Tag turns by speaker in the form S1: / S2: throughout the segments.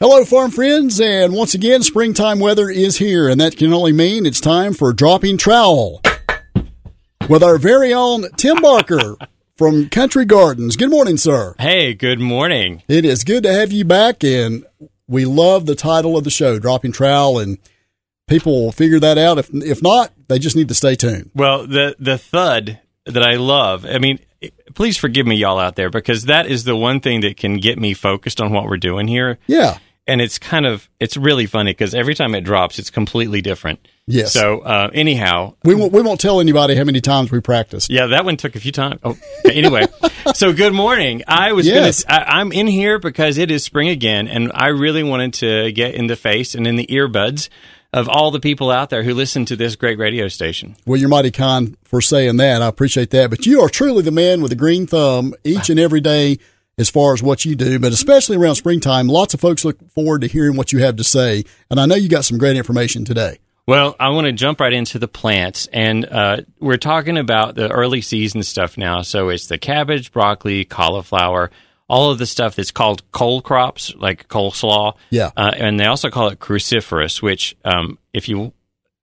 S1: Hello, farm friends, and once again, springtime weather is here, and that can only mean it's time for dropping trowel with our very own Tim Barker from Country Gardens. Good morning, sir.
S2: Hey, good morning.
S1: It is good to have you back, and we love the title of the show, Dropping Trowel, and people will figure that out. If if not, they just need to stay tuned.
S2: Well, the the thud that I love. I mean, please forgive me y'all out there because that is the one thing that can get me focused on what we're doing here.
S1: Yeah,
S2: And it's kind of it's really funny because every time it drops, it's completely different.
S1: Yes.
S2: So uh, anyhow,
S1: we won't we won't tell anybody how many times we practiced.
S2: yeah, that one took a few times. Oh, anyway, so good morning. I was
S1: Yes.
S2: gonna. I, I'm in here because it is spring again, and I really wanted to get in the face and in the earbuds of all the people out there who listen to this great radio station.
S1: Well, you're mighty kind for saying that. I appreciate that. But you are truly the man with the green thumb each and every day as far as what you do, but especially around springtime. Lots of folks look forward to hearing what you have to say. And I know you got some great information today.
S2: Well, I want to jump right into the plants, and uh, we're talking about the early season stuff now. So it's the cabbage, broccoli, cauliflower, all of the stuff that's called cole crops, like coleslaw.
S1: Yeah.
S2: uh, and they also call it cruciferous, which, um, if you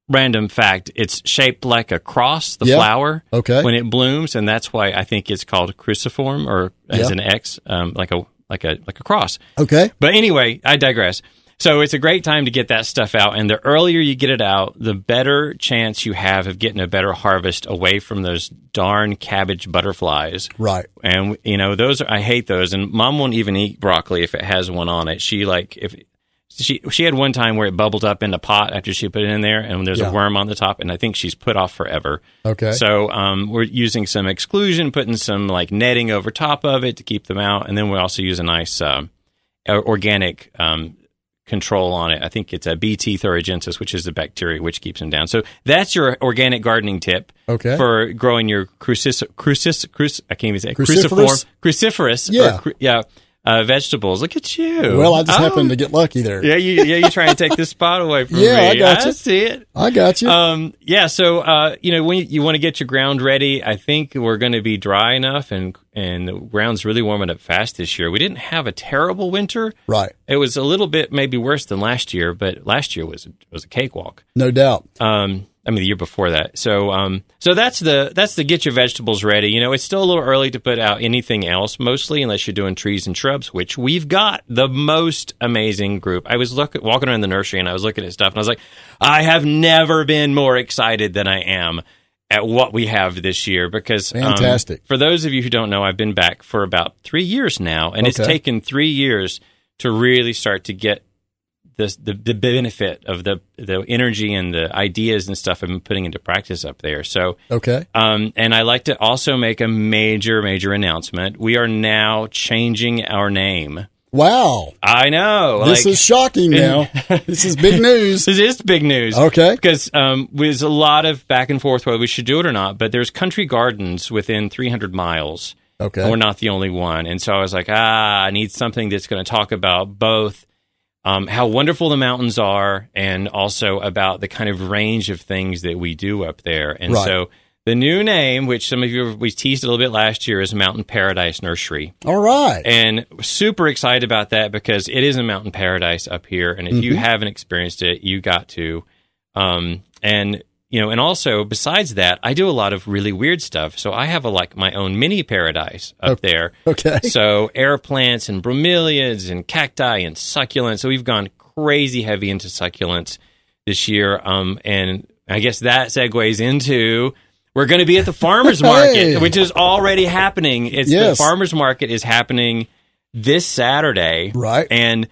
S2: random fact, it's shaped like a cross, the
S1: Yeah.
S2: flower,
S1: Okay.
S2: when it blooms, and that's why I think it's called cruciform, or as
S1: Yeah.
S2: an X, um, like a like a like a cross.
S1: Okay.
S2: But anyway, I digress. So it's a great time to get that stuff out, and the earlier you get it out, the better chance you have of getting a better harvest away from those darn cabbage butterflies.
S1: Right.
S2: And you know those are I hate those, and mom won't even eat broccoli if it has one on it. She like if she she had one time where it bubbled up in the pot after she put it in there, and there's
S1: Yeah.
S2: a worm on the top, and I think she's put off forever.
S1: Okay.
S2: So um, we're using some exclusion, putting some like netting over top of it to keep them out, and then we also use a nice um, o- organic um, control on it. I think it's a BT thuringiensis, which is the bacteria which keeps them down. So that's your organic gardening tip
S1: Okay.
S2: for growing your crucis crucis cruc I can't even say it.
S1: Cruciferous?
S2: cruciform cruciferous or
S1: Yeah.
S2: cru- yeah uh, vegetables. Look at you.
S1: Well, I just
S2: Oh,
S1: happened to get lucky there.
S2: yeah you yeah you try and take this spot away from
S1: Yeah,
S2: me.
S1: I gotcha.
S2: see it.
S1: I got you.
S2: Um, yeah, so uh, you know when you, you want to get your ground ready, I think we're going to be dry enough, and and the ground's really warming up fast this year. We didn't have a terrible winter;
S1: right.
S2: it was a little bit maybe worse than last year, but last year was was a cakewalk.
S1: No doubt.
S2: Um, I mean the year before that. So um, so that's the that's the get your vegetables ready. You know, it's still a little early to put out anything else, mostly unless you're doing trees and shrubs, which we've got the most amazing group. I was look, walking around the nursery and I was looking at stuff and I was like, I have never been more excited than I am at what we have this year because um,
S1: Fantastic.
S2: for those of you who don't know, I've been back for about three years now, and it's
S1: Okay.
S2: taken three years to really start to get the, the the benefit of the the energy and the ideas and stuff I've been putting into practice up there. So,
S1: Okay.
S2: um, and I like to also make a major major announcement. We are now changing our name.
S1: Wow.
S2: I know
S1: This
S2: like-
S1: is shocking now. this is big news.
S2: this is big news.
S1: Okay.
S2: Because um, there's a lot of back and forth whether we should do it or not, but there's country gardens within 300 miles.
S1: Okay.
S2: And we're not the only one. And so I was like, ah, I need something that's going to talk about both um, how wonderful the mountains are and also about the kind of range of things that we do up there. And
S1: Right.
S2: so the new name, which some of you we teased a little bit last year, is Mountain Paradise Nursery
S1: All right.
S2: and super excited about that because it is a mountain paradise up here and if you
S1: Mm-hmm.
S2: haven't experienced it you got to um, and you know and also besides that i do a lot of really weird stuff so i have a like my own mini paradise up there
S1: Okay.
S2: so air plants and bromeliads and cacti and succulents so we've gone crazy heavy into succulents this year um, and i guess that segues into we're going to be at the farmers market
S1: Hey.
S2: which is already happening it's
S1: Yes.
S2: the farm farmers market is happening this Saturday,
S1: Right.
S2: And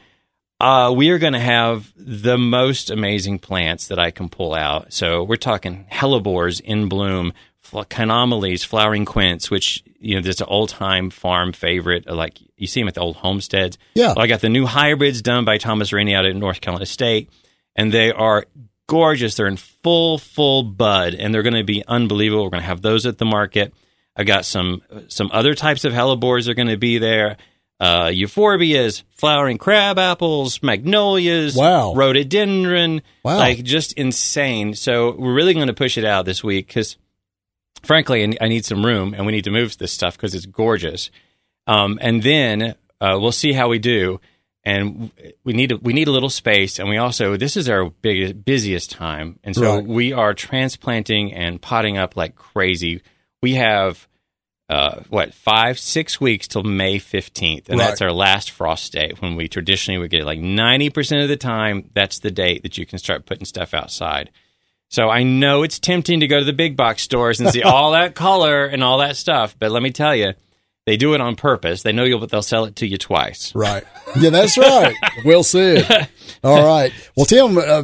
S2: uh, we are going to have the most amazing plants that I can pull out. So we're talking hellebores in bloom, fl- canomalies, flowering quince, which you know there's an old time farm favorite. Like you see them at the old homesteads.
S1: Yeah.
S2: Well, I got the new hybrids done by Thomas Rainey out at North Carolina State, and they are gorgeous. They're in full, full bud, and they're going to be unbelievable. We're going to have those at the market. I got some some other types of hellebores are going to be there. Uh, euphorbias, flowering crab apples, magnolias,
S1: Wow.
S2: rhododendron,
S1: Wow.
S2: like just insane. So we're really going to push it out this week because, frankly, I- I need some room and we need to move this stuff because it's gorgeous. Um, and then uh, we'll see how we do. and we need a, we need a little space, and we also this is our biggest busiest time, and so
S1: Right.
S2: we are transplanting and potting up like crazy. We have uh, what five six weeks till May fifteenth, and
S1: Right.
S2: that's our last frost date when we traditionally would get like ninety percent of the time. That's the date that you can start putting stuff outside. So I know it's tempting to go to the big box stores and see all that color and all that stuff, but let me tell you, they do it on purpose. They know you'll they'll sell it to you twice.
S1: Right. Yeah, that's right. well said. All right. Well, Tim, uh,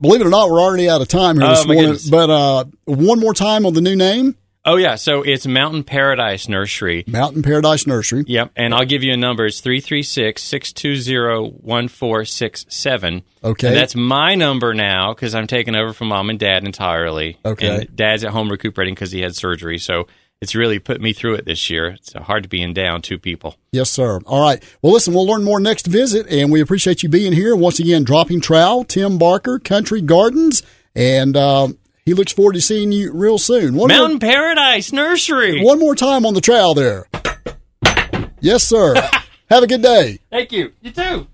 S1: believe it or not, we're already out of time here
S2: Oh,
S1: this
S2: my
S1: morning.
S2: goodness.
S1: But uh, one more time on the new name
S2: Oh yeah, so it's Mountain Paradise Nursery.
S1: Mountain Paradise Nursery.
S2: Yep, and I'll give you a number. It's 336-620-1467.
S1: Okay.
S2: And that's my number now cuz I'm taking over from mom and dad entirely.
S1: Okay.
S2: And dad's at home recuperating cuz he had surgery, so it's really put me through it this year. It's hard to be in down two people.
S1: Yes, sir. All right. Well, listen, we'll learn more next visit, and we appreciate you being here. Once again, dropping trowel, Tim Barker, Country Gardens, and uh, he looks forward to seeing you real soon. One more-
S2: Mountain Paradise Nursery.
S1: one more time on the trowel there. Yes, sir. Have a good day.
S2: Thank you. You too.